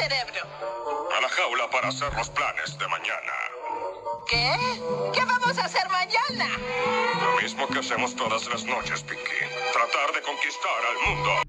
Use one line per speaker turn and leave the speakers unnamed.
cerebro.
A la jaula para hacer los planes de mañana.
¿Qué? ¿Qué vamos a hacer mañana?
Lo mismo que hacemos todas las noches, Pinky. Tratar de conquistar al mundo.